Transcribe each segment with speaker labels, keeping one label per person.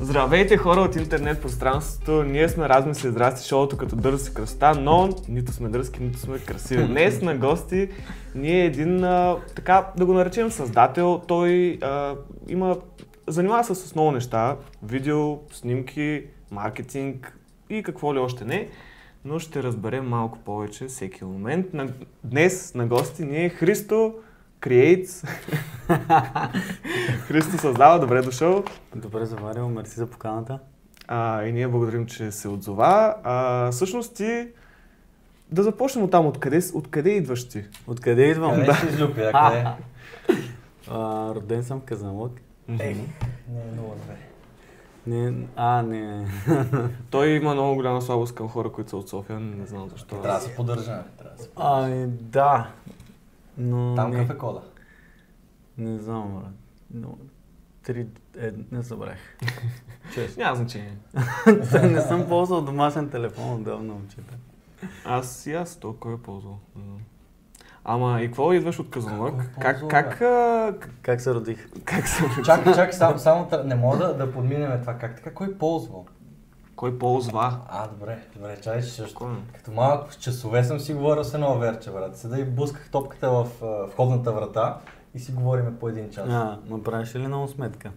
Speaker 1: Здравейте хора от интернет пространството, ние сме Размисли Здрасти шоуто като дърси кръста, но нито сме дръзки, нито сме красиви. Днес на гости ние е един, а, така да го наречем създател, той а, има, занимава се с основни неща, видео, снимки, маркетинг и какво ли още не. Но ще разберем малко повече всеки момент. На, днес на гости ни е Христо Creates. Христо създава, добре дошъл.
Speaker 2: Добре заварил, мерси за поканата.
Speaker 1: А, и ние благодарим, че се отзова. А, всъщност ти... Да започнем от там. Откъде, откъде идваш ти?
Speaker 2: Откъде идвам?
Speaker 3: Къде
Speaker 2: Да.
Speaker 3: си излюпи, Е, да, къде?
Speaker 2: А, роден съм в Казанлък.
Speaker 3: Ех, не е много добре.
Speaker 2: Не, а, не.
Speaker 1: Той има много голяма слабост към хора, които са от София. Не знам защо.
Speaker 3: Трябва да се поддържаме. трябва да се-
Speaker 2: А, е, да. Но
Speaker 3: Там
Speaker 2: не,
Speaker 3: какъв е кода?
Speaker 2: не знам, брат. Но... Три... Е, не забрах. Честно.
Speaker 1: Няма значение.
Speaker 2: не съм ползвал домашен телефон отдавна, момчета.
Speaker 1: Аз и аз толкова е ползвал. Не знам. Ама и какво идваш от Казанлък?
Speaker 3: Какво е
Speaker 1: Как,
Speaker 3: ползвал,
Speaker 1: как, а, к-
Speaker 2: Как се родих?
Speaker 1: как се
Speaker 3: Чакай, чакай, само, само тр- не мога да, да подминем това. Как така? Кой е ползвал?
Speaker 1: Кой ползва?
Speaker 3: А, добре, добре, чай, че също.
Speaker 1: Кой?
Speaker 3: Като малък с часове съм си говорил с едно верче, брат. Седа и блъсках топката в а, входната врата и си говориме по един час.
Speaker 2: А, ма правиш ли много сметка?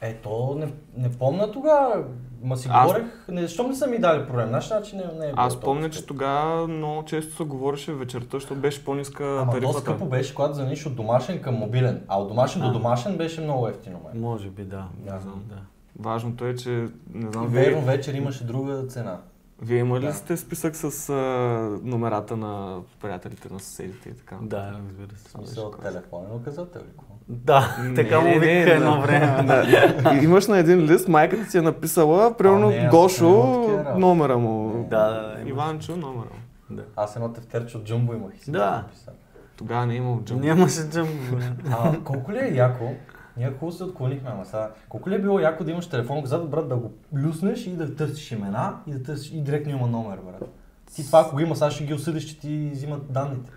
Speaker 3: Е, то не, не помна тогава, ма си
Speaker 1: Аз-
Speaker 3: говорех, не, защо не са ми дали проблем? Знаеш, значи не, не е
Speaker 1: Аз
Speaker 3: било
Speaker 1: помня,
Speaker 3: толкова
Speaker 1: че
Speaker 3: скъпо.
Speaker 1: тогава много често се говореше вечерта, защото беше по-ниска
Speaker 3: Ама доста
Speaker 1: тарифата.
Speaker 3: скъпо беше, когато заниш от домашен към мобилен, а от домашен до
Speaker 2: А.
Speaker 3: домашен беше много ефтино, май.
Speaker 2: Може би, да.
Speaker 3: Да.
Speaker 2: Да.
Speaker 1: Важното е, че не знам, вие,
Speaker 3: Верно, вечер имаше друга цена.
Speaker 1: вие имали ли
Speaker 3: Да.
Speaker 1: сте списък с а, номерата на приятелите, на съседите и така?
Speaker 2: Да, разбира се.
Speaker 3: В смисъл телефонен указател или какво?
Speaker 2: Да,
Speaker 1: Не,
Speaker 2: така му
Speaker 1: не, не,
Speaker 2: викаха едно
Speaker 1: да.
Speaker 2: време.
Speaker 1: Да. И Имаш на един лист, майката ти е написала, примерно
Speaker 3: А, не, аз съм
Speaker 1: Гошо,
Speaker 3: имал такива работи.
Speaker 1: номера му.
Speaker 2: Да, да, да, имаш.
Speaker 1: Иванчо, номера му.
Speaker 2: Да.
Speaker 3: Аз едно тефтерче от Джумбо имах и си
Speaker 2: Да.
Speaker 3: бях написал.
Speaker 1: Тогава не е имал джамбо.
Speaker 2: Нямаше джамбо. бе.
Speaker 3: А колко ли е яко? Ние хубаво се отклонихме, ама сега. Колко ли е било яко да имаш телефон указател, брат, да го плюснеш и да търсиш имена и да търсиш и директно има номер, брат. Ти това, ако го има, сега ще ги осъдиш, че ти взимат данните.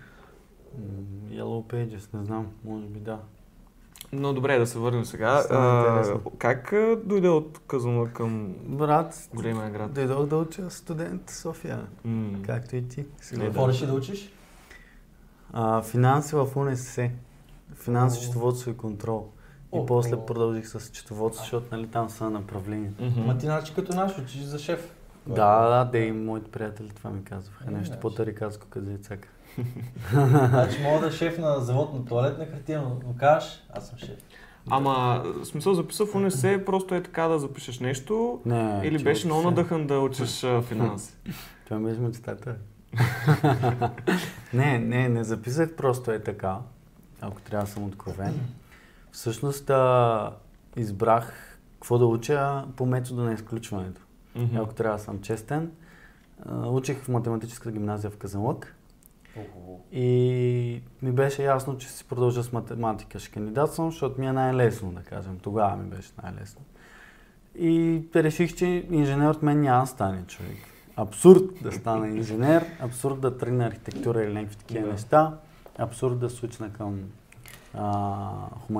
Speaker 2: М, Yellow Pages, не знам, може би да.
Speaker 1: Но добре, да се върнем сега.
Speaker 2: Стана
Speaker 1: А,
Speaker 2: интересно.
Speaker 1: как а, дойде от Казума към
Speaker 2: Брат,
Speaker 1: големия град?
Speaker 2: дойдох да уча студент в София,
Speaker 1: М.
Speaker 2: както и ти.
Speaker 1: Не,
Speaker 3: Какво реши да учиш?
Speaker 2: А, финанси в УНСС. Финанси, счетоводство и контрол. И
Speaker 3: О,
Speaker 2: после
Speaker 3: о.
Speaker 2: продължих с счетоводство, защото нали, там са направления.
Speaker 1: Мгм.
Speaker 3: Ма ти значи като наш учиш за шеф.
Speaker 2: Да, да, да, и моите приятели това ми казваха.
Speaker 3: Не,
Speaker 2: Нещо
Speaker 3: значи.
Speaker 2: по-тарикатско къде е цака.
Speaker 3: Значи мога да е шеф на завод на туалетна хартия, но но кажеш, аз съм шеф.
Speaker 1: Ама, в смисъл записа в УНСС, просто е така да запишеш нещо.
Speaker 2: Не,
Speaker 1: Или
Speaker 2: че
Speaker 1: беше много
Speaker 2: се-
Speaker 1: надъхан да учиш а, финанси?
Speaker 2: Това ми е мечтата. не, не, не записах просто е така, ако трябва да съм откровен. Всъщност а, избрах какво да уча по метода на изключването.
Speaker 1: Мгм.
Speaker 2: Ако трябва да съм честен, а, учих в математическата гимназия в Казанлък и ми беше ясно, че си продължа с математика. Ще кандидатствам, защото ми е най-лесно, да кажем. Тогава ми беше най-лесно. И реших, че инженер от мен няма да стане човек. Абсурд да стана инженер, абсурд да тръгна архитектура или някакви такива
Speaker 1: Да.
Speaker 2: неща, абсурд да случна към а,